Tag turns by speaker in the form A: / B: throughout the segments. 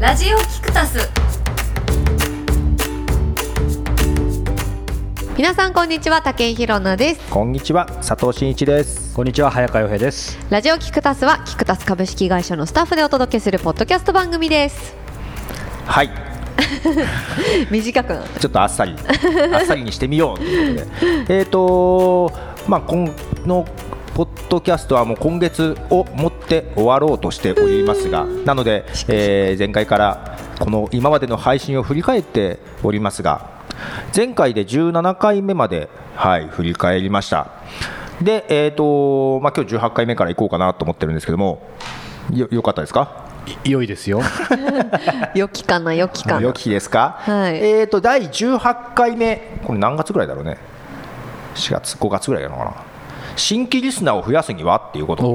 A: ラジオキクタス
B: 皆さんこんにちは竹井ひろなです
C: こんにちは佐藤真一です
D: こんにちは早川洋平です
B: ラジオキクタスはキクタス株式会社のスタッフでお届けするポッドキャスト番組です
C: はい
B: 短く
C: ちょっとあっさり あっさりにしてみようということでえっ、とまあこのポッドキャストはもう今月をもって終わろうとしておりますがなので、えー前回からこの今までの配信を振り返っておりますが前回で17回目まで、はい、振り返りましたでえっ、とまあ今日18回目からいこうかなと思ってるんですけどもよよかったですか
D: 良いですよ
B: 良きかな良きかな
C: 良き日ですか、
B: はい
C: えー、と第18回目、これ何月ぐらいだろうね、4月、5月ぐらいなのかな、新規リスナーを増やすにはっていうこと
B: お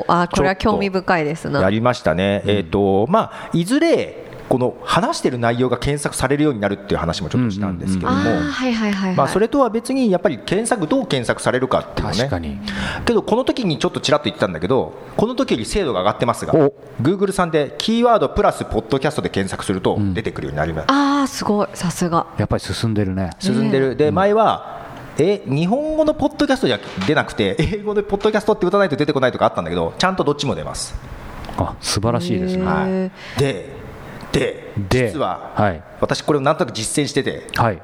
B: おあーこれは興味深いです
C: をや
B: な
C: りましたね、えーとまあ、いずれ、この話してる内容が検索されるようになるっていう話もちょっとしたんですけども、
B: あーはいはいはいはい、
C: まあ、それとは別にやっぱり検索、どう検索されるかっていうのね。
D: 確かに
C: けどこの時にちょっとちらっと言ってたんだけどこの時より精度が上がってますが
D: お
C: Google さんでキーワードプラスポッドキャストで検索すると出てくるようになります、
B: ああすごいさすが
D: やっぱり進んでるね
C: 進んでる、で前は、え日本語のポッドキャストじゃ出なくて、 英語でポッドキャストって打たないと出てこないとかあったんだけど、ちゃんとどっちも出ます。
D: あ素晴らしいです
B: へ
D: ね
B: ー
C: はい、で、で、
D: で
C: 実は、
D: はい
C: 私、これをなんとなく実践してて、
D: はい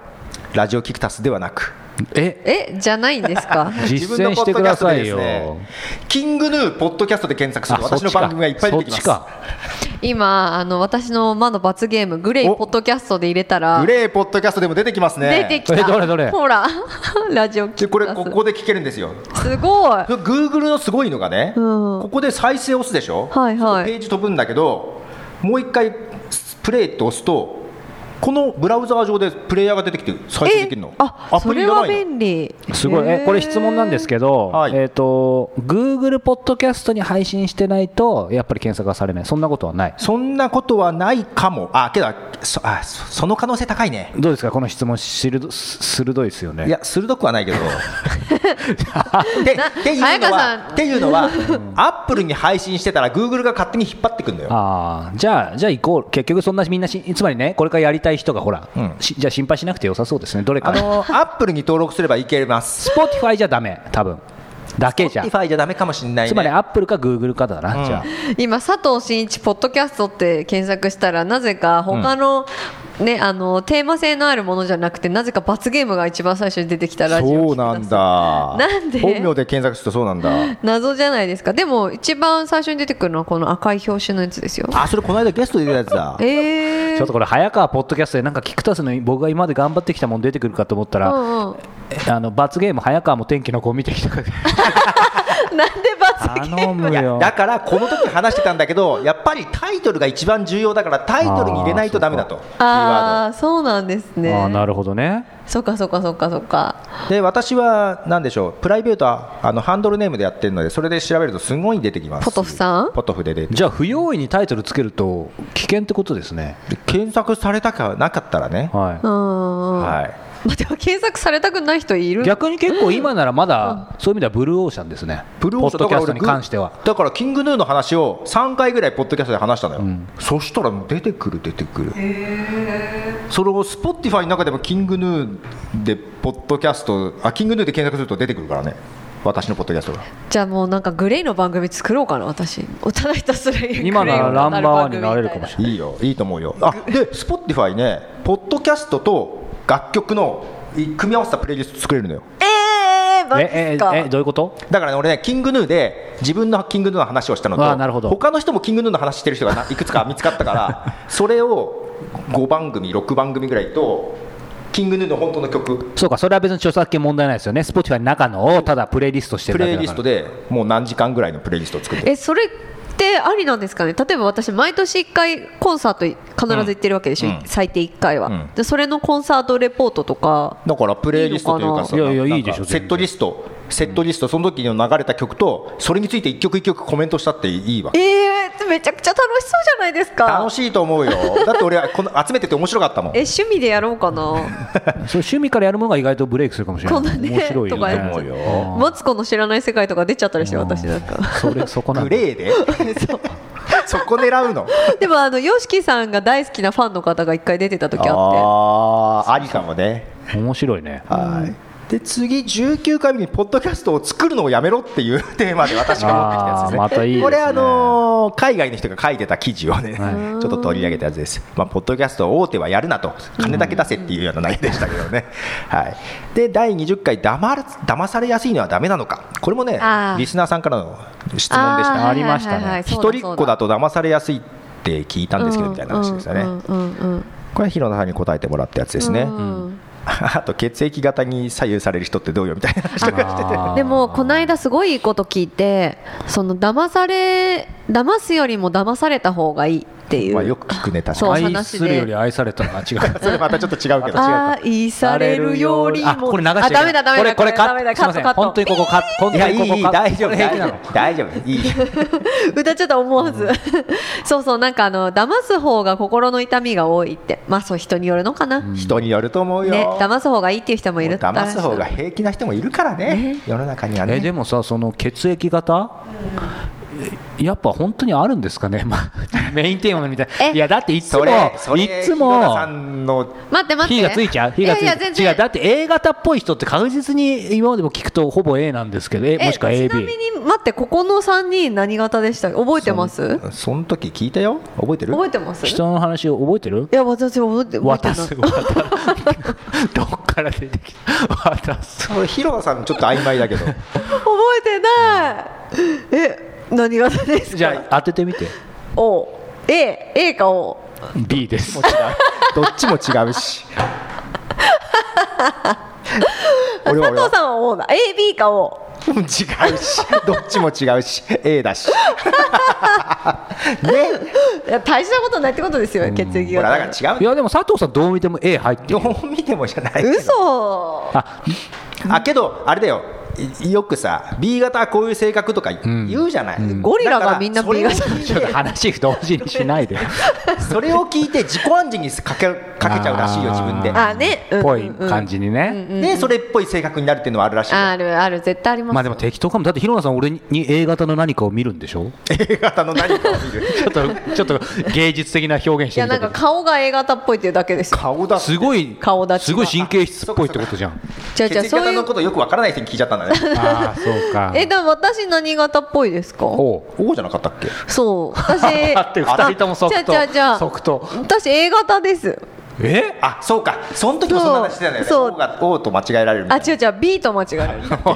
C: ラジオキクタスではなく、
D: え
B: えじゃないんです か
D: 実践してくださ
C: 自分のポ
D: いよ
C: ッドキャストでですねキングヌーポッドキャストで検索すると、私の番組がいっぱい出てきます。
D: そっちか
B: 今あの私の魔の罰ゲームグレイ
C: お
B: ポッドキャストで入れたら
C: グレーポッドキャストでも出てきますね。
B: 出てきた
D: えどれどれ
B: ほら ラジオ
C: で
B: キ
C: こ
B: ク
C: れ
B: タ
C: ここで聞けるんですよ。
B: スすごい
C: グーグルのすごいのがね、
B: うん
C: ここで再生押すでしょ、
B: はいはい
C: ページ飛ぶんだけど、もう一回プレイって押すと、このブラウザー上でプレイヤーが出てきて再生できるの、
B: あそれ
C: ら
B: は
C: ない
B: 便
C: の
B: 利
D: すごいえこれ質問なんですけど、
C: はい
D: えっ、と Google ポッドキャストに配信してないとやっぱり検索がされないそんなことはない
C: そんなことはないかも、あけどそあそ、その可能性高いね。
D: どうですかこの質問しるどす鋭いですよね
C: いや鋭くはない けど。 でっていう
B: 早
C: の
B: 川さ
C: は
B: ん
C: っていうのは、アップルに配信してたら、グーグルが勝手に引っ張ってくるんだよ。
D: ああじゃあ、じゃあ行こう、結局そんなみんなし、つまりね、これからやりたい人がほら、
C: うん
D: しじゃあ心配しなくて良さそうですね、どれ
C: あ
D: か、
C: のアップルに登録すればいけます。
D: Spotify じゃだめ、多分だけじゃ、
C: Spotify じゃダメかもしれないね。
D: つまり Apple か Google かだな、
C: うん
D: じゃあ、
B: 今佐藤真一ポッドキャストって検索したらなぜか他の、ねあのテーマ性のあるものじゃなくてなぜか罰ゲームが一番最初に出てきたラジオ
C: そうなんだ
B: なんで
C: 本名で検索するとそうな んだ
B: 謎じゃないですかでも一番最初に出てくるのはこの赤い表紙のやつですよ
C: あそれこの間ゲストで出たやつだ
B: え
D: ちょっ
B: ー、
D: とこれ、早川ポッドキャストで、なんか、菊田さんの僕が今まで頑張ってきたもん出てくるかと思った
B: う
D: ら、
B: んうん、
D: えあの罰ゲーム、早川も天気の子見て きたから
B: なんで罰ゲーム
D: 頼む
C: いや
D: よ、
C: だからこの時話してたんだけどやっぱりタイトルが一番重要だからタイトルに入れないとダメだとキ
B: あ
C: ーワ
B: あそうなんですね
D: あーなるほどね、
B: そっかそっかそっかそっか
C: ードで私は何でしょうプライベートはあのハンドルネームでやってるのでそれで調べるとすごい出てきます
B: ポトフさん
C: ポトフで出て
D: じゃあ、不用意にタイトルつけると、危険ってことですね、
C: で検索されたかなかったらね
D: はい、
B: うんうん、
C: はい
B: まあ、でも検索されたくない人いる
D: 逆に結構今ならまだそういう意味ではブルーオーシャンですね、
C: ブルーオーシャン
D: ポッドキャストに関しては。
C: だからキングヌーの話を3回ぐらいポッドキャストで話したのよ、そしたらもう出てくる出てくるそれをスポティファイの中でもキングヌーでポッドキャストあキングヌーで検索すると出てくるからね私のポッドキャストが
B: じゃあもうなんかグレイの番組作ろうかな私おただひたすら
D: 今ならナンバーワンになれるかもしれ
C: いいよいいと思うよあでスポティファイねポッドキャストと楽曲のい組み合わせたプレイリスト作れるのよ
B: ええー、マ
D: な
B: ジ
D: い。
B: っすか
D: えええどういうこと？
C: だからね俺ねキングヌーで自分のキングヌーの話をしたの
D: あ
C: と
D: ーなるほど
C: 他の人もキングヌーの話してる人が ないくつか見つかったからそれを5番組6番組ぐらいとキングヌーの本当の曲
D: そうかそれは別に著作権問題ないですよね。Spotify の中のをただプレイリストして
C: プ
D: るだけ
C: レ
D: だ
C: イ
D: から。
C: リストでもう何時間ぐらいのプレイリストを作って
B: えそれってありなんですかね例えば私毎年1回コンサート必ず行ってるわけでしょ、
C: うん
B: 最低1回は、
C: うん
B: でそれのコンサートレポートとか
C: だからプレイリストというかさ
D: いいのかないや
C: な
D: いや
C: んか
D: いいでしょ
C: セットリストセットリストその時の流れた曲とそれについて一曲一曲コメントしたっていいわ
B: ええめちゃくちゃ楽しそうじゃないですか
C: 楽しいと思うよだって俺はこの集めてて面白かったもん
B: え趣味でやろうかな
D: そういう趣味からやるものが意外とブレイクするかもしれな
B: こ
D: い。
B: んなね
D: 面白いよ
B: とかや
D: ね
B: る。
C: 思うよ
B: マツコの知らない世界とか出ちゃったりして私なんか
D: それそこなん
C: グ
D: だ
C: レーでそこ狙うの
B: でもあの YOSHIKI さんが大好きなファンの方が一回出てた時あっ
C: ああありかもね
D: 面白いね
C: はいで次19回目にポッドキャストを作るのをやめろっていう テーマで私が持ってきたやつですね
D: あーまたいいですね
C: これあのー海外の人が書いてた記事をね、
D: は
C: ちょっと取り上げたやつです、まあ、ポッドキャストを大手はやるなと金だけ出せっていうような内容でしたけどね、はい、で第20回騙る騙されやすいのはダメなのかこれもね
B: あー
C: リスナーさんからの質
B: て
C: 問でした
D: ありましたね
C: 一人っ子だと騙されやすいって聞いたんですけどみたいな話でしたね、
B: ね
C: これは広野さんに答えてもらったやつですね、 あと血液型に左右される人ってどうよみたいな話とかしてて
D: あー
B: でもこの間すごいいいこと聞いてその騙され騙すよりも騙された方がいいっていう、
C: まあよく聞くね確
B: そう
C: かに
D: 愛
B: 話
D: す
B: で
D: るより愛されたら違う
C: それまたちょっと違うけど
B: 愛されるよりも
D: あこれ流しちゃい
B: あ
D: けない
B: ダメだダメ
D: こ
B: だ
D: れこれ
B: ダ
D: カ
B: メだ
D: ットす
B: カット
D: いません
B: カット
D: 本当にここカット本
C: い
D: 当
C: やい
D: に
C: い
D: ここ
C: いい
D: カット
C: 大丈夫
D: これ平気な
C: 大丈
D: の
C: 夫大丈夫いい
B: 歌っちゃったら思わず、 そうそうなんかあの騙す方が心の痛みが多いってまあそう人によるのかな、
C: 人によると思うよ、
B: ね騙す方がいいっていう人もいるって話
C: 騙す方が平気な人もいるからね世の中には
D: え
C: ね
D: でもさその血液型えやっぱ本当にあるんですかね、まあ、メインテーマみたいな
B: え
D: いやだっていつ
C: そ
D: も
C: れそれ
D: いつ
C: 広野
D: も
C: さんの
B: 待って待って
D: 火がついちゃう火がつい
B: い
D: ちゃ
B: や
D: う
B: いや全然
D: 違うだって A 型っぽい人って確実に今までも聞くとほぼ A なんですけど A
B: え
D: もしくは
B: ちなみ
D: AB
B: に待ってここの3人何型でした覚えてます
C: その時聞いたよ覚えてる
B: 覚えてますい
D: 人の話を覚えてる
B: や私覚えて 覚えて
D: 渡
B: ない
D: す渡すどっから出てきた渡す
C: それ広野さんちょっと曖昧だけど
B: 覚えてない、え何型ですか
D: じゃあ当ててみて
B: O A A か O
D: B で
C: ど
D: す
C: っちも違うし
B: 佐
C: 俺は俺
B: 藤
C: は
B: さんは O だ AB か O
C: 違うしどっちも違うし A だしね
B: いや大事なことないってことですよ血液
C: ほらだ
B: 型
C: から違う
D: いやでも佐藤さんどう見ても A 入って
C: ど
D: る
C: う見てもじゃないけど
B: 嘘
D: あ
C: あけどあれだよいよくさ B 型はこういう性格とか言うじゃない、
B: ゴリラが
C: だから
B: みんな
C: それ
B: B
C: を
B: 型
C: 聞い
D: ちょっ と話同時にしないで
C: てそれを聞いて自己暗示にかけかけちゃうらしいよ
D: あ
C: 自
D: ー
C: 分で
B: あねうん
D: ぽい感じにね、
C: でそれっぽい性格になるっていうのはあるらしいよ
B: あるある絶対あります
D: まあでも適当かもだって広野さん俺に A 型の何かを見るんでしょ
C: A 型の何かを見る
D: ちょっとちょっと芸術的な表現
B: い
D: して
B: や
D: み
B: な
D: た
B: ん
D: け
B: か
D: ど
B: 顔が A 型っぽいっていうだけですよ
C: 顔だ
D: すごい
B: 顔立ちが
D: すごい神経質っぽいってことじゃん
B: じゃあ
C: 血
B: じゃあ
C: 液
B: そう
C: 型
B: い
C: の
B: う
C: ことよくわからない人に聞いちゃったんだね
D: ああそうか
B: えでも私何型っぽいですか
D: おう
C: O じゃなかったっけ
B: そう私
D: だって二人とも即答
B: じゃあじゃあじゃあ
D: 即答
B: 私 A 型です
D: え
C: あそうかその時もそんな話してたんだよね
B: そう
C: O が O と間違えられるみた
B: あ
C: いな
B: 違う違う B と間違える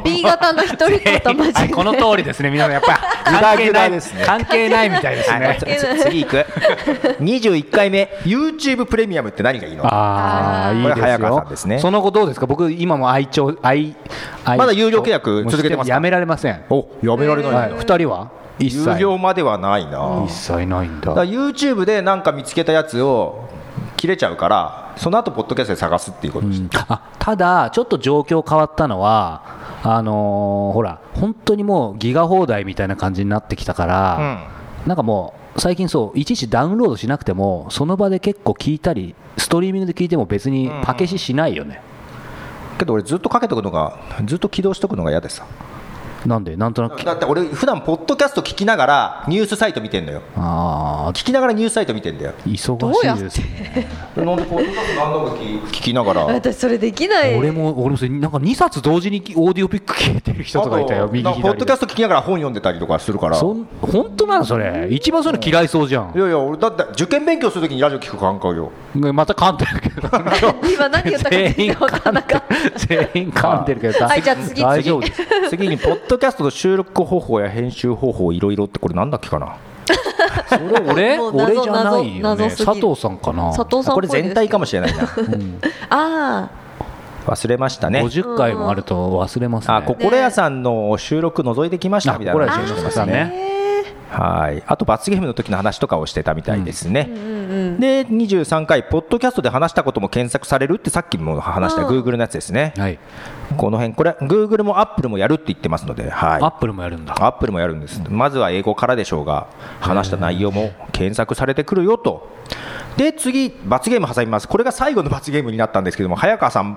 B: B 型の一人っ子と間違え
D: はい
B: る
D: この通りですねみんなや っぱり関係
C: グダ
D: な
C: グダで
D: い
C: すね
D: 関係ないみたいです
C: はい
D: ね
C: じゃあ次いく 21回目 YouTube プレミアムって何がいいの
D: ああ
B: あー
D: いい
C: これ
D: です
C: 早川
D: よ
C: さんですね
D: その後どうですか僕今も愛鳥愛愛
C: まだ有料契約続けてますか
D: もうやめられません
C: おやめられ
D: はい二人は一切
C: 有料まではないな
D: 一切ないん
C: だから
D: だ
C: YouTube でなんか見つけたやつを切れちゃうからその後ポッドキャストで探すっていうことにして
D: あただちょっと状況変わったのはあのーほら本当にもうギガ放題みたいな感じになってきたから、なんかもう最近そういちいちダウンロードしなくてもその場で結構聞いたりストリーミングで聞いても別にパケシしないよね、
C: けど俺ずっとかけとくのがずっと起動しとくのが嫌でさ
D: なんでなんとなく
C: だって俺普段ポッドキャスト聞きながらニュースサイト見てんのよ
D: ああ
C: 聞きながらニュースサイト見てんだよ
D: 忙しいですね
C: なんでポッドキャスト何度も聞きながら
B: 私それできない
D: 俺も俺もそれなんか2冊同時にオーディオピック聞いてる人とかいたよ右
C: あとなんかポッド
D: 左
C: キャ
D: で
C: スト聞きながら本読んでたりとかするから
D: そん本当なのそれ一番そういうの嫌いそうじゃ
C: い
D: ん
C: やいや俺だって受験勉強するときにラジオ聞く感覚よ
D: また噛んでるけど
B: 今 何言ったか全
D: 全員
B: 然分からなかった
D: 全員噛んでるけど
B: はいじゃあ次
D: 大丈夫です
C: 次にポッドキャストの収録方法や編集方法いろいろってこれなんだっけかな
D: それ俺
B: もう
D: 俺
B: 謎
D: じゃないよ
B: 謎
D: ね
B: 謎すぎる
D: 佐藤さんかな
B: 佐藤さんっぽ
C: こ
B: い
C: れ
B: ですね
C: 全体かもしれないな
B: ああ
C: 忘れましたね
D: 50回もあると忘れますね
C: あ心屋さんの収録覗いてきましたみたいな
D: あ
C: 話を
D: 心
C: し
D: 屋
C: て
D: さん
C: ますね
B: えー
C: はいあと罰ゲームの時の話とかをしてたみたいですね、で23回ポッドキャストで話したことも検索されるってさっきも話し
B: う
C: た
B: ん
C: グーグルのやつですね、
D: はい
C: この辺これグーグルもアップルもやるって言ってますのではい
D: アップルもやるんだ
C: アップルもやるんです、まずは英語からでしょうが話した内容も検索されてくるよとで次、罰ゲーム挟みます、これが最後の罰ゲームになったんですけども、早川さん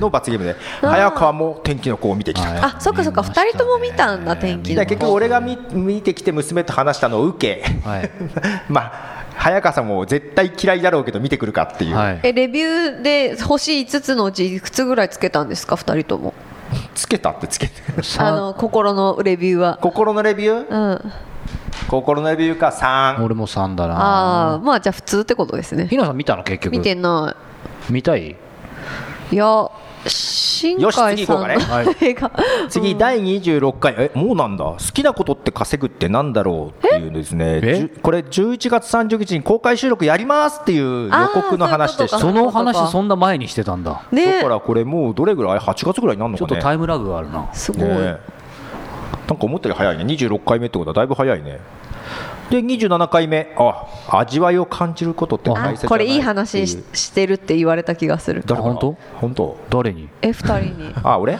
C: の罰ゲームで、早川も天気の子を見てきた。
B: あそっかそっか二人とも見たんだ天気
C: だ
B: の
C: から結局俺が見見てきて娘と話したのを受け、
D: はい
C: まあ早川さんも絶対嫌いだろうけど見てくるかっていう、
D: はい
B: えレビューで星5つのうちいくつぐらいつけたんですか二人とも
C: つけたってつけて
D: さ
B: あの心のレビューは
C: 心のレビュー
B: うん
C: 心のレビューか3
D: 俺も3だ
B: あ
D: な
B: あまあじゃあ普通ってことですね
D: ひなさん見たの結局
B: 見てな
D: 見たい
B: いいや新
C: よし次
B: 海
C: 行こ
B: さ
C: うんか
B: の
C: ね
B: 映画
C: 次第26回えもうなんだ好きなことって稼ぐってなんだろうっていうですね
D: え
C: じゅこれ11月30日に公開収録やりますっていう予告の話でし
B: あ
C: た
B: ー
C: だ
D: その話
B: そうか
D: そんな前にしてたんだ
B: ね
C: からこれもうどれぐらい8月ぐらいになるの
D: ち
C: か
D: ょっと
C: ね
D: タイムラグがあるな
B: すごい、
C: ねえなんか思ったより早いね26回目ってことはだいぶ早いねで27回目あ味わいを感じることって大切じゃな
B: あ
C: ってう
B: これいい話ししてるって言われた気がする
C: 誰かな
D: あ本
C: 本当
D: 誰に
B: え二人 に
C: あ俺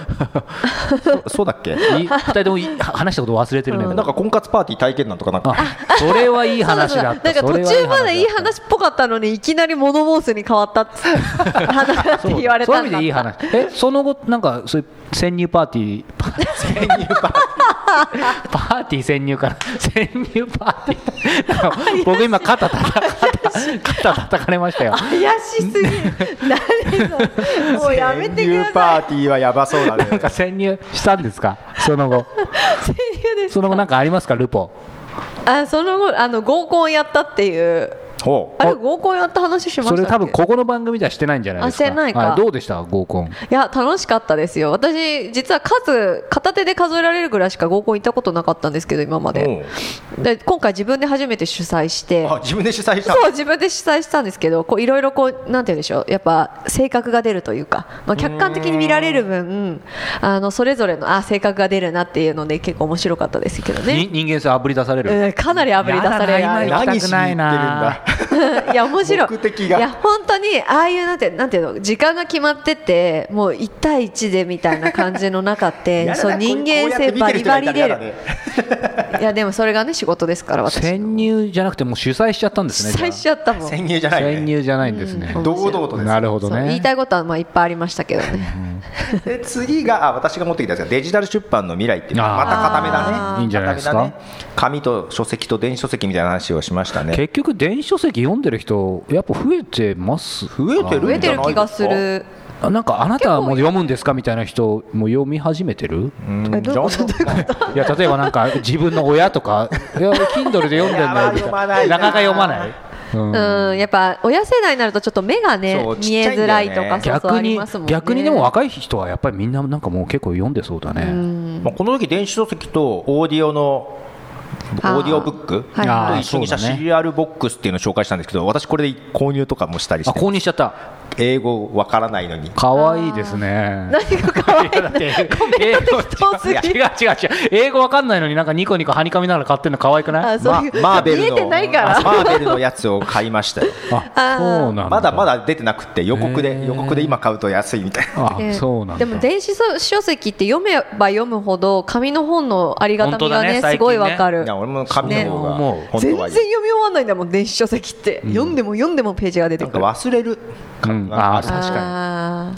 C: そそうだっけ
D: 2人ともい話したこと忘れてるね、
C: なんか婚活パーティー体験なんとか なんか
D: あそれはいい話だ
B: な
D: っ
B: ん
D: た
B: か途
D: それ
B: 中
D: は
B: までいい話っぽかったのにいきなり物申すに変わ ったっつ話だって言われ
D: そう
B: た
D: い
B: ん
D: う意味
B: だ
D: でいい話えその後なんかそういう潜入パーティーパ
C: 潜入パー
D: パーティー潜入かな潜入パーティ ー僕今肩叩か肩叩かれましたよ
B: 怪しすぎる何それもうやめてく
C: 潜
B: だ
C: 入
B: さい
C: パーティーはやばそうだね
D: なんか潜入したんですかその後
B: 潜入です
D: その後なんかありますかルポ
B: あその後あの合コンやったっていう
C: ほう
B: あれ合コンやった話しました
D: そ
B: っけ
D: れ多分ここの番組ではしてないんじゃないですか
B: あしてないか
D: はいどうでした合コン
B: いや楽しかったですよ私実は数片手で数えられるぐらいしか合コン行ったことなかったんですけど今まで
C: ほ
B: で今回自分で初めて主催して
C: うあ自分で主催した
B: そう自分で主催したんですけどこういろいろこうなんて言うんでしょうやっぱ性格が出るというか、まあ、客観的に見られる分あのそれぞれのあ性格が出るなっていうので結構面白かったですけどね
D: に、人間性あぶり出される
B: うんかなりあぶり出される
D: やだな今行
C: 何
D: き
C: しに行
D: た
C: っ
D: く
C: てる
D: ない
C: ん
D: な
C: だ
B: いや面白い
C: 目的が
B: いや本当にああいうなんてなんていうの時間が決まっててもう1対1でみたいな感じの中って
C: やだ
B: そ
C: な
B: う
C: こう
B: 人間
C: こうや
B: 性
C: って見
B: バ
C: てる
B: リ
C: 人が
B: バ
C: い
B: リ
C: たら
B: 出
C: や
B: る
C: だね
B: いやでもそれがね仕事ですから私主
D: 潜入じゃなくてもう主催しちゃったんですねじゃあ
B: 催しちゃったもん
C: 潜入じゃないね
D: 潜入じゃないんですね
B: うん
C: 堂々とです
D: なるほど
B: そう言い
D: ね
B: たいことはまあいっぱいありましたけどね
C: で次があ私が持ってきたやつがデジタル出版の未来っていう
D: あー
C: また固めだ
B: あ
C: ね
B: ー
D: いいんじゃないですか
C: 固めだね紙と書籍と電子書籍みたいな話をしましたね
D: 結局電子書籍読んでる人やっぱ増えてます
C: 増えてる
B: 増えてる気がする
D: あなんかあなたはもう読むんですかみたいな人も読み始めてる
C: うん
B: えどういうこと
C: ジャンル
D: いや例えばなんか自分の親とか 「いや Kindle で読んでん
C: やば
D: だよ」
C: い
D: み
C: 読まな
D: た
C: い
D: い
C: な
D: ななかなか読まない、うん
B: うんやっぱ親世代になるとちょっと目がね
C: そうちっ
B: 見
C: ち
B: え
C: ゃいんだよね
B: づらいとかそうそうあ
D: 逆
B: り
D: に
B: ますもんね
D: 逆にでも若い人はやっぱりみんななんかもう結構読んでそうだね、
C: まあ、この時電子書籍とオーディオのオ
B: あー
C: ーディオブック
B: はいはい
C: と一緒にした
D: あーそうだね
C: CR ボックスっていうのを紹介したんですけど私これで購入とかもしたり
D: あ
C: して
D: 購入しちゃった
C: 英語わからないのに
D: 可愛いですね
B: 何が可愛い
D: いやだって英語
B: 当すぎ
D: 違う違う違う英語わかんないのになんかニコニコはにかみながら買ってるの可愛くない
B: あ そういう、
C: まマーベル
B: 見えて
C: の
B: ないか
C: あ
B: ら
C: マーベルのやつを買いましたよ
D: あそうなんだ
C: まだまだ出てなくて予告
D: へ
C: で
D: ー
C: 予告で今買うと安いみたいな
D: あ
B: えー
D: そうなんだ
B: でも電子書籍って読めば読むほど紙の本のありがたみ
D: 本当
B: が
D: だね
B: ね
D: 最近ね
B: すごいわかる
C: いや俺も紙の方が
D: ね
C: 本
B: 全然
C: 当はいい
B: 読み終わらないんだもん電子書籍って、読んでも読んでもページが出て
C: なん
B: く
C: か
B: る
C: 忘れる
D: うんあー確か
B: あ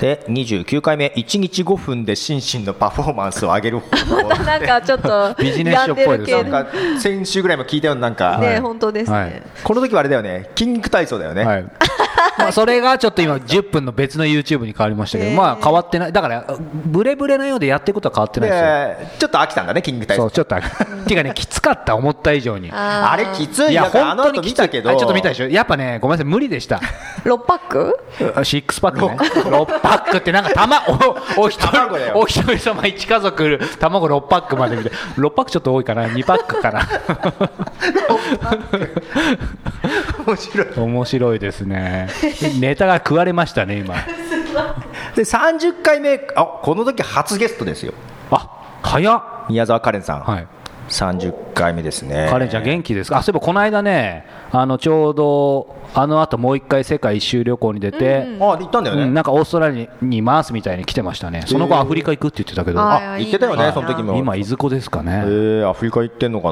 C: で29回目1日5分で心身のパフォーマンスを上げる方 法
B: ーなんかちょっと
D: ビジネス書っぽいですね
B: 病んで
C: な
B: る
C: んか先週ぐらいも聞いたようななんか、
B: 系ね、
D: はい
B: 本当ですね、
D: はい
C: この時はあれだよね筋肉体操だよね、
D: はい、まあそれがちょっと今10分の別の YouTube に変わりましたけど、
B: へー
D: まあ変わってないだからブレブレなようでやってることは変わってないですよ、
C: でちょっと飽きたんだね筋肉体
D: そ
C: 操
D: うちょっとあれっていうかねきつかった思った以上に
B: あ
C: あれきつい
D: いや
C: だからあ
D: 本
C: の
D: 当
C: 後
D: にき
C: 見
D: ついあ
C: た
D: ち
C: け
D: ょ
C: ど
D: っと見たでしょやっぱねごめんなさい無理 でした
B: 6パック
D: あシックスパックね6パックってなんか玉おお一人
C: 卵だよ
D: お一人様1家族卵6パックまでみたいな6パックちょっと多いかな2パックか
C: 面白い
D: な面白いですねネタが食われましたね今
C: で30回目あこの時初ゲストですよ
D: あ早っ
C: 宮沢カレンさん、
D: はい
C: 30回目ですね
D: カレンちゃん元気ですかあそういえばこの間ねあのちょうどあの後もう一回世界一周旅行に出て、
C: あ行ったんだよね、
D: うんなんかオーストラリアにいますみたいに来てましたねその後アフリカ行くって言ってたけど、
B: あ
D: あ
B: ー
C: あ言ってたよね
B: いいな
C: その時も
D: 今いずこですかね、
C: えー、アフリカ行ってんのか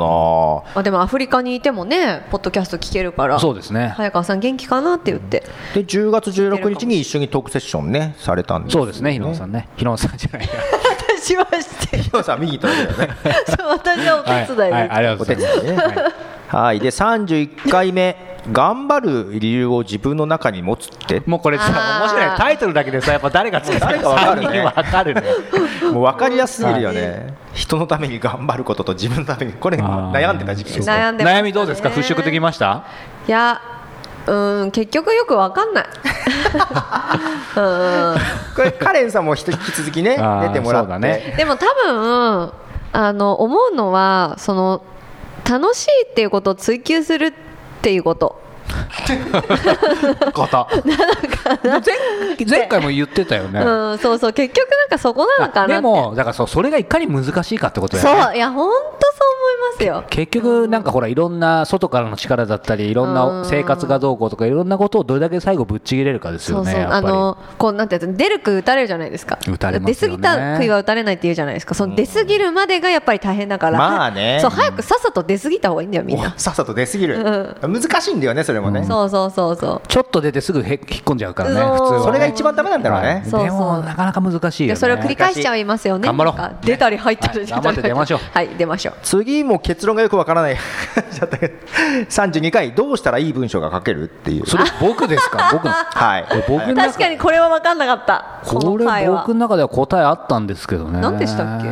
C: な
B: あでもアフリカにいてもねポッドキャスト聞けるから
D: そうですね
B: 早川さん元気かなって言って
C: で10月16日に一緒にトークセッションねされたんです
D: そうですねヒロさんねヒロさんじゃないや
B: 私は して
C: ヒロさん見に行ったん だよね
B: そう私はお手伝いです、
D: はいはいありがと
C: お
D: うご
C: 手
D: ざい
C: 伝
D: ます
C: いねはいで31回目頑張る理由を自分の中に持つって
D: もうこれさ
B: あー
D: 面白いタイトルだけでさやっぱ誰がつけた
C: 誰かわかるね
D: わかるね
C: もう分かりやすすぎるよね人のために頑張ることと自分のためにこれ
D: あー
C: 悩んでた時期です
B: そう悩んでましたね
D: 悩みどうですか払拭できました
B: いやうーん結局よくわかんないうーん
C: これカレンさんも引き続きね
D: あ
C: 出
D: ー
C: てもらっ
D: そうだ
C: て
D: ね
B: でも多分あの思うのはその楽しいっていうことを追求するっていうこと
D: 方前前回も言ってたよね
B: うんそうそう結局なんかそこなのかなって
D: でもだからそうそれがいかに難しいかってことやね
B: そういや本当そう思いますよ
D: 結局なんかほらいろんな外からの力だったりいろん
B: うん
D: な生活がどうこうとかいろんなことをどれだけ最後ぶっちぎれるかです
B: そ
D: よ
B: うそ
D: ね
B: う
D: や
B: あ
D: っぱ
B: のこうなんていうの出る杭打たれるじゃないですか
D: 打たれますよね
B: 出過ぎた杭は打たれないって言うじゃないですかその出過ぎるまでがやっぱり大変だから、
C: まあね
B: そう早くさっさと出過ぎた方がいいんだよみんな
C: おさっさと出過ぎる難しいんだよねそれもねそ
B: そうそうそうそう
D: りちょっと出てすぐへ引っ込んじゃうからね
B: そう
D: 普通は
C: れが一番ダメなんだろうね
D: はい
B: そうそう
D: でもなかなか難しいよ
B: で
D: ね
B: それを繰り返しちゃいますよね
D: 頑張ろう
B: なんか出たり入ったり
D: は
B: 出
D: い
B: たり入たり
D: 頑張って出ましょう
B: はい出ましょう
C: 次も結論がよくわからない だったけど32回どうしたらいい文章が書けるっていう
D: それ僕ですか 僕の
C: はい
D: え僕の
B: 確かにこれは分かんなかった
D: これ
B: の回は
D: 僕の中では答えあったんですけどね
B: 何でしたっけ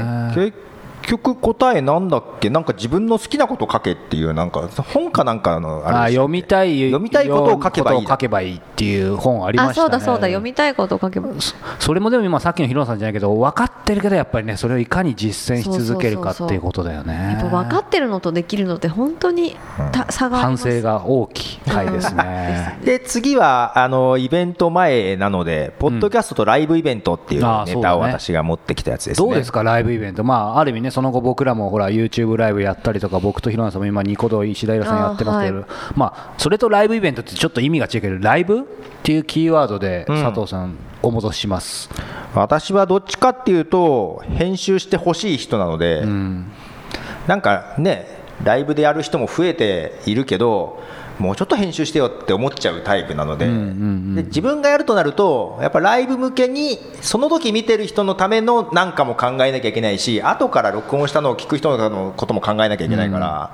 C: 結局答えなんだっけなんか自分の好きなこと書けっていうなんか本かなんかの
D: あ
C: あれ
D: 読みたい
C: 読みたいことを書けばいい
D: ことを書けばいいっていう本ありま
B: あ
D: したね
B: そうだそうだ読みたいことを書けば
D: そそれもでも今さっきのヒロさんじゃないけど分かってるけどやっぱりねそれをいかに実践し続けるかっていうことだよね
B: やっぱ分かってるのとできるのって本当にた差がありま
D: 反
B: す
D: 省が大きい回ですね
C: で次はあのイベント前なので、ポッドキャストとライブイベントっていう
D: あー
C: ネタを
D: そうだね
C: 私が持ってきたやつですね。
D: どうですかライブイベント、まあ、ある意味ね、その後僕らもほら YouTube ライブやったりとか、僕とヒロナさんも今、ニコ動、石平さんやってますけど、
B: あ
D: まあ、それとライブイベントってちょっと意味が違うけど、ライブっていうキーワードで佐藤さん、お戻しします、
C: 私はどっちかっていうと編集してほしい人なので、なんかねライブでやる人も増えているけどもうちょっと編集してよって思っちゃうタイプなので,、で自分がやるとなるとやっぱライブ向けにその時見てる人のためのなんかも考えなきゃいけないし後から録音したのを聞く人のことも考えなきゃいけないから、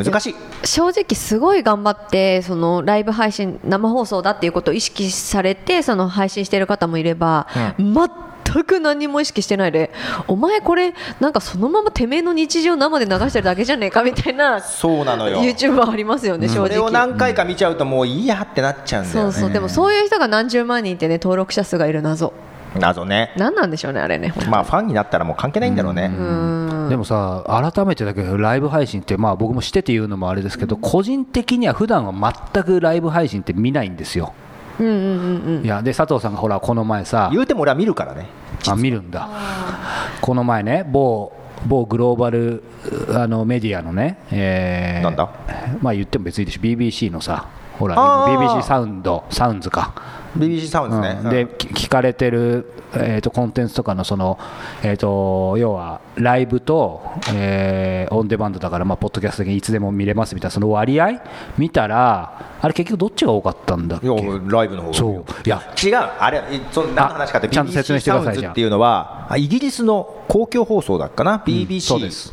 C: 難しい。
B: 正直すごい頑張ってそのライブ配信生放送だっていうことを意識されてその配信してる方もいれば、全く何も意識してないでお前これなんかそのままてめえの日常生で流してるだけじゃねえかみたいな
C: そうなのよ
B: YouTuber ありますよね正
C: それ
B: 直
C: を何回か見ちゃうともういいやってなっちゃうんだよ
B: そ
C: ね
B: うそうでもそういう人が何十万人ってね登録者数がいる謎
C: 謎ね
B: 何なんでしょうねあれねほんと
C: まあファンになったらもう関係ないんだろうね、
D: でもさ、改めてだけど、ライブ配信って、まあ、僕もしてて言うのもあれですけど、個人的には普段は全くライブ配信って見ないんですよ。
B: うんうんうんうん
D: いやで佐藤さんがほらこの前さ
C: 言うても俺は見るからね
D: あ見るんだこの前ね某某グローバルうあのメディアのね、えー
C: なんだ
D: まあ言っても別にいいでしょ BBC のさほら
C: あー
D: BBC サウンドサウンズか
C: BBC サウンドですね、
D: うんでき聞かれてる、えー、とコンテンツとかのその、えー、と要はライブと、えーオンデマンドだから、まあ、ポッドキャストでいつでも見れますみたいなその割合見たらあれ結局どっちが多かったんだっけ
C: うんいや俺ライブの方が
D: そういや
C: 違うあれいその何の話かって
D: あちゃんと説明してください
C: BBC
D: じゃあ
C: っていうのはあイギリスの公共放送だっかな BBC、
D: そうです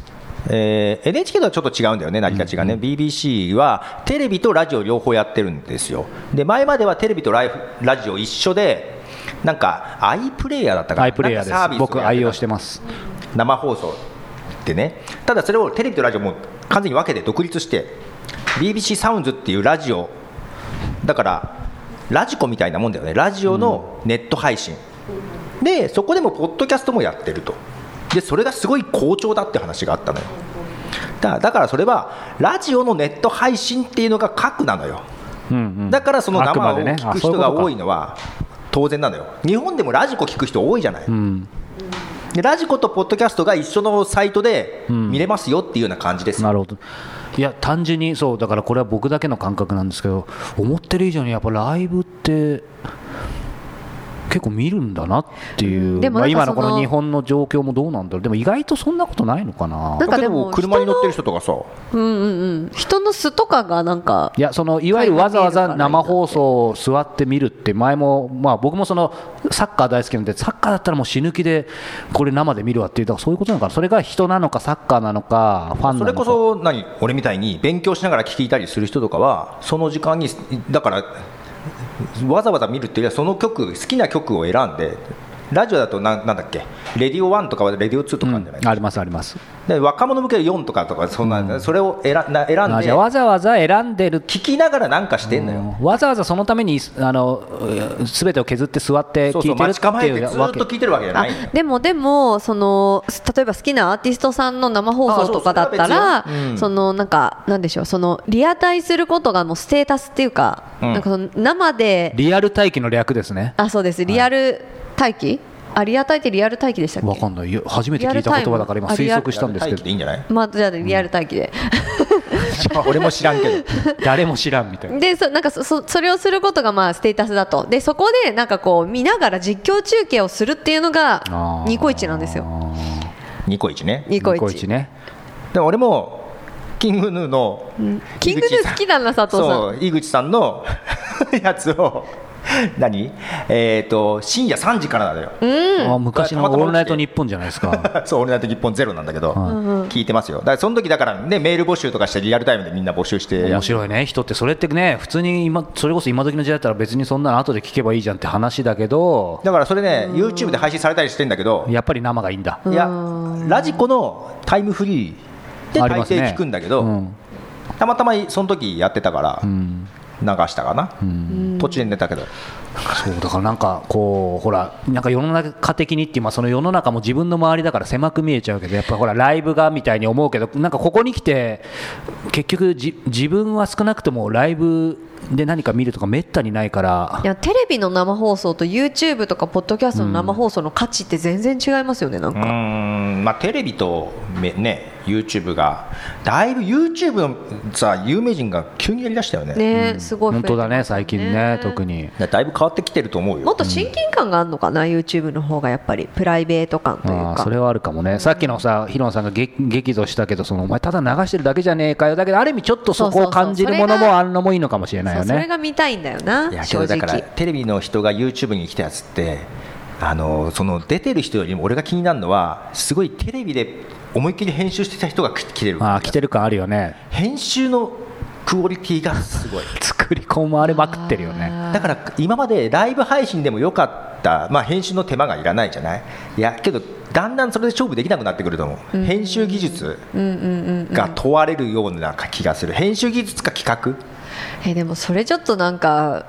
C: えー NHK とはちょっと違うんだよね、成り立ちがね、BBC はテレビとラジオ両方やってるんですよ、で前まではテレビとライフラジオ一緒で、なんか、iPlayer だったかな、
D: アイプレイヤーで
C: なんかサビ
D: す
C: スとか
D: 僕
C: やってた
D: 愛用してます
C: 生放送ってねただそれをテレビとラジオもう完全に分けて独立して BBC サウンズっていうラジオだからラジコみたいなもんだよねラジオのネット配信、でそこでもポッドキャストもやってるとでそれがすごい好調だって話があったのよだだからそれはラジオのネット配信っていうのが核なのよ
D: うんうん
C: だからその
D: あく
C: 生
D: ま
C: を
D: でね
C: 聞
D: あ
C: く
D: そ
C: 人
D: ういうこと
C: が
D: か
C: 多いのは当然なのよ日本でもラジコ聞く人多いじゃない、
D: うん
C: でラジコとポッドキャストが一緒のサイトで
D: ん
C: 見れますよっていうような感じです、
D: なるほどいや単純にそうだからこれは僕だけの感覚なんですけど思ってる以上にやっぱライブって結構見るんだなっていう
B: でも
D: ま
B: な
D: あ、
B: んか
D: 今のこ
B: そ
D: の
B: の
D: 日本の状況もどうなんだろうでも意外とそんなことないのかな
B: なんかで
C: で
B: も
C: も車に乗ってる人とかさ
B: うんうんうん人の素とかがなんか
D: いやそのいわゆるわざわざ生放送を座って見るって前も、まあ、僕もそのサッカー大好きなんでサッカーだったらもう死ぬ気でこれ生で見るわっていうだからそういうことなのかなそれが人なのかサッカーなのかファン
C: そ
D: な
C: れ
D: の
C: こ
D: か
C: そ何俺みたいに勉強しながら聞いたりする人とかはその時間にだからわざわざ見るっていうよりはその曲好きな曲を選んでラジオだとなんなんだっけレディオ1とかはレディオ2とかあるんじゃない、
D: うんありますあります
C: で若者向け4とかとかそんな、それを選な選ん
D: あじ
C: で
D: ゃあわざわざ選んでる
C: 聞きながらなんかしてんのよ、
D: わざわざそのためにあの全てを削って座って
C: そうそ
D: 聞
C: う
D: いてる
C: 待ち構えて
D: っ
C: ず
D: て
C: っ
D: いうわけ
C: と聞いてるわけじゃ
B: あ
C: ないのよ
B: でもでもそのす例えば好きなアーティストさんの生放
C: あ
B: 送
C: そう
B: とかだったら
C: それは別ようん
B: そのなんかなんでしょうそのリアタイすることがもうステータスっていうか、
C: うん
B: なんかその生で
D: リアル待機の略ですね
B: あそうですリアル待機、あリアタイってリアル待機でしたっけ
D: わかんないいや初めて聞いた言葉だから今推測したんですけ
C: 待機でいいんじゃない
B: まあじゃあリアル待機で、
C: 俺も知らんけど
D: ど 誰も知らんみたいな
B: でそなんかそそそれをすることがまあステータスだとでそこでなんかこう見ながら実況中継をするっていうのが
D: あ ー
B: ニコイチなんですよ
C: ニコイチね
B: ニコイチ
D: ね
C: でも俺もキングヌーの
B: キングヌー好きなんだ佐藤さん
C: そう井口さんの やつを何えっ、と深夜3時からなのよ、
D: あ昔の「
C: たまたま
D: オールナイトニッポン」じゃないですか
C: そう俺なんて日本ゼロなんだけど、
D: はい
C: 聞いてますよだからその時だからねメール募集とかしてリアルタイムでみんな募集して
D: 面白いね人ってそれってね普通に今それこそ今時の時代だったら別にそんなの後で聞けばいいじゃんって話だけど
C: だからそれね YouTube で配信されたりしてんだけど、
D: やっぱり生がいいんだ
C: いやラジコのタイムフリーで
D: あ
C: 大
D: ります
C: 抵
D: ね
C: 聞くんだけど、
D: うん
C: たまたまその時やってたから
D: う
C: 流
D: ん
C: したかな、途中で寝たけど
D: そうだからなんかこうほらなんか世の中的にっていうまあその世の中も自分の周りだから狭く見えちゃうけどやっぱほらライブがみたいに思うけどなんかここに来て結局じ自分は少なくともライブで何か見るとかめったにないから
B: いやテレビの生放送と YouTube とかポッドキャストの生放送の価値って全然違いますよねなん
C: う
B: か、
C: ーんまあ、テレビとめ、ね、YouTube がだいぶ YouTube のさ有名人が急にやりだしたよね
B: ねすごい増え
D: 本
B: て
D: 当だね最近ね特に
C: だだいぶ変わってきてると思う
B: もっ
C: よ
B: と親近感があるのかな、YouTube の方がやっぱりプライベート感という
D: あー
B: か
D: それはあるかもねさっきのさヒロンさんが激激怒したけどそのお前ただ流してるだけじゃねえかよだけどある意味ちょっとそこを感じる
B: そ
D: もの
B: うそうそうそれ
D: も
B: が
D: あるのもいいのかもしれない
B: そ
D: よ
B: うそれ
D: ね
B: が見たいんだよない
C: やけ
B: 正
C: ど
B: 直
C: だからテレビの人が YouTube に来たやつってあのその出てる人よりも俺が気になるのはすごいテレビで思いっきり編集してた人が来来てる
D: あー来てる感あるよね
C: 編集のクオリティがすごい
D: 作り込まれまくってるよね
C: だから今までライブ配信でも良かった、まあ、編集の手間がいらないじゃない、いやけど、だんだんそれで勝負できなくなってくると思う、編集技術が問われるような気がする、編集技術か企
B: えでもそれちょっとなんか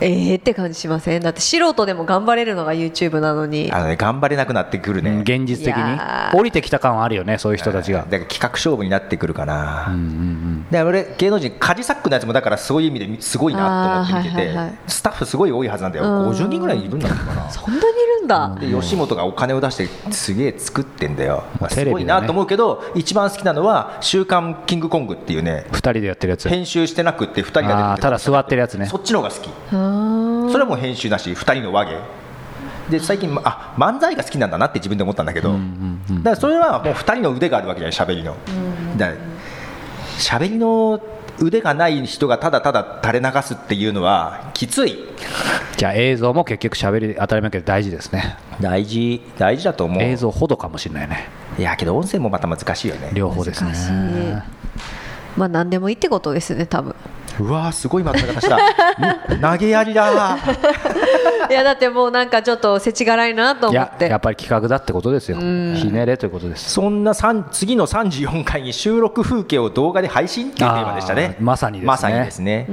B: ええって感じしませんだって素人でも頑張れるのが YouTube なのに
C: 画、あのね、頑張れなくなってくるね、
D: うん現実
B: い
D: 的に
B: やー
D: 降りてきた感はあるよねそういう人たちが
C: だから企画勝負になってくるかな。
D: うんうん
C: で俺芸能人カジサックのやつもだからそういう意味ですごいなと思って見てて、
B: あーはいはいはい
C: スタッフすごい多いはずなんだよ
B: うん
C: 50人ぐらいいるんだろうかな
B: そんなにいるんだ、
C: で吉本がお金を出してすげえ作ってんだよ、まあ
D: テ
C: す
D: レビ
C: ご
D: だね
C: いなと思うけど、一番好きなのは「週刊キングコング」っていうね
D: 2人でやってるやつ
C: 編集してなくって2人が出て
D: あー
C: る
D: ただ座ってるやつね
C: そっちの方が好き
B: あー
C: それはもう編集なし2人の和芸で最近まあ漫才が好きなんだなって自分で思ったんだけど、だからそれはもう2人の腕があるわけじゃない喋りの、だから喋りの腕がない人がただただ垂れ流すっていうのはきつい
D: じゃあ映像も結局しゃべり当たり前だけど大事ですね
C: 大事大事だと思う
D: 映像ほどかもしれないね
C: いやけど音声もまた難しいよね
D: 両方ですね
B: 難しいまあ何でもいいってことですね多分
C: うわーすごいまとめ方した 投げやりだー
B: いやだってもうなんかちょっと世知辛いなと
D: い
B: 思
D: や
B: って
D: やっぱり企画だってことですよひねれということです
C: そんな三次の34回に収録風景を動画で配信っていうテーマでしたね
D: あーまさにですね
C: まさにですね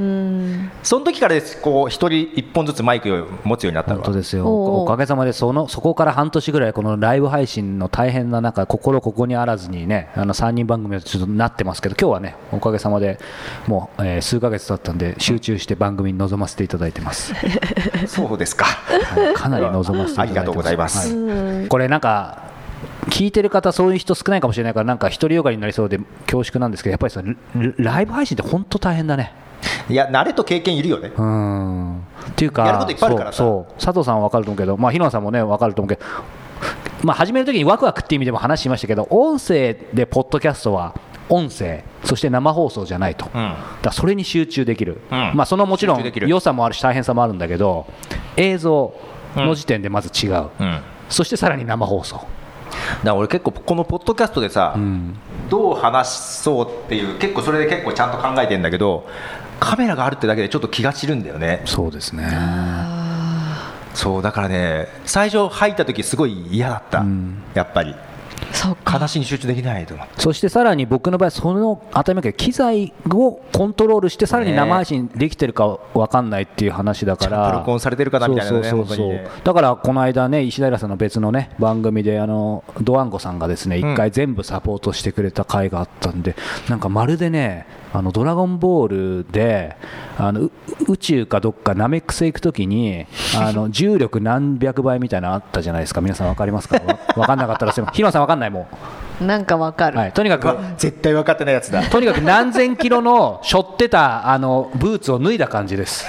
C: その時からですこう一人一本ずつマイクを持つようになったの
D: 本当
C: は
D: です
B: お
D: よ
B: うおう
D: おかげさまでそのそこから半年ぐらいこのライブ配信の大変な中心ここにあらずにねあの3人番組はちょっとなってますけど今日はねおかげさまでもう、えー数ヶ月経ったんで集中して番組に臨ませていただいてます
C: そうですか
D: かなり望ませていただいて
C: ありがとうございます
D: はこれなんか聞いてる方、そういう人少ないかもしれないから、なんか独りよがりになりそうで恐縮なんですけど、やっぱりそのラライブ配信って本当大変だね。
C: いや慣れと経験いるよね
D: うーんっていうか、
C: やることいっぱいあるからさ
D: そうそう佐藤さんは分かると思うけど、まあ、日野さんもね分かると思うけど、まあ、始めるときにワクワクっていう意味でも話しましたけど、音声でポッドキャストは音声、そして生放送じゃないと、だからそれに集中できる、
C: うん
D: まあ、そのもちろ
C: 集中
D: ん
C: できる
D: 良さもあるし、大変さもあるんだけど、映像の時点でまず違う、
C: うん
D: そしてさらに生放送。
C: だから俺結構このポッドキャストでさ、
D: うん
C: どう話そうっていう結構それで結構ちゃんと考えてんだけどカメラがあるってだけでちょっと気が散るんだよね
D: そうですね
C: そうだからね最初入った時すごい嫌だった、
D: うん
C: やっぱり
B: そうか
C: 話に集中できないと思って
D: そしてさらに僕の場合、その当たり前だけど機材をコントロールして、さらに生配信できてるか分かんないっていう話だか
C: ちゃん
D: ら、
C: と録音されてるかなみたいなね
D: そうそうそう
C: 本当にね
D: だからこの間ね、石平さんの別のね番組で、あのドワンゴさんがですね
C: ん
D: 一回全部サポートしてくれた回があったんで、なんかまるでね、あのドラゴンボールで、あのう宇宙かどっかナメックスへ行くときに、あの重力何百倍みたいなのあったじゃないですか、皆さん分かりますか、わ分かんなかったらすいません、平野さん分かんない、も
B: なんかわか
D: う、
B: る、
D: はい、とにかく
C: うわ絶対分かってないやつだ
D: とにかく何千キロの背負ってたあのブーツを脱いだ感 じです。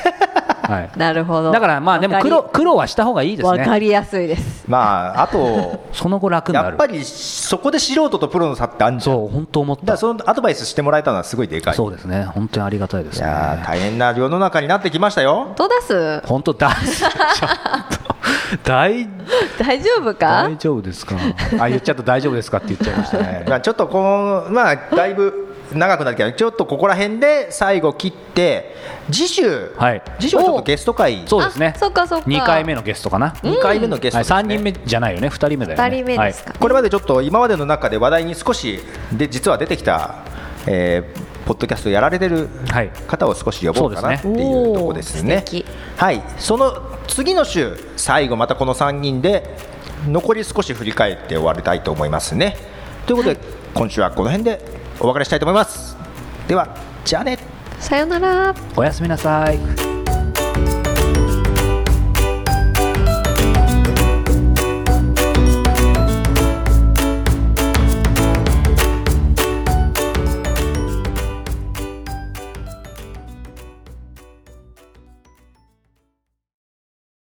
D: はい。
B: なるほど
D: だからまあでも
B: わかり
D: 黒黒はした方がいいです
B: わか
D: ね。
B: りやすいです
C: ま ああと
D: その後楽にな
C: や
D: る
C: っぱ。りそこで素人とプロの差ってあるんじゃん
D: そう本当思っ
C: だから
D: た。
C: そのアドバイスしてもらえたのはすごいでかい
D: そうですね。本当にありがたいで
C: い
D: すね。
C: やー大変な世の中になってきましたよ
B: どうだ
D: 本当だ。 ちょっと大
B: す大丈夫か
D: 大丈夫ですか。あ言っちゃった大丈夫ですかって言っちゃいまし たね。
C: まあ、ちょっとこの、まあ、だいぶ長くなるけど、ちょっとここら辺で最後切って、次週、
D: はい
C: 次週はちょっとゲスト会、
D: そうですね
B: あ。そっかそっか
D: 二回目のゲストかな。
C: 2回目のゲスト
D: は
C: ですね
D: い。三人目じゃないよね。二人目だよね。
B: 二人目ですか、
C: これまでちょっと今までの中で話題に少しで実は出てきた、えーポッドキャストやられてる
D: はい
C: 方を少し呼ぼうかなって
B: そう
C: い
B: ですね
C: うとこですね
B: おー素敵。
C: はい、その次の週、最後またこの3人で残り少し振り返って終わりたいと思いますね。ということで、今週はこの辺でお別れしたいと思います。ではじゃあね
B: さよなら
D: おやすみなさい。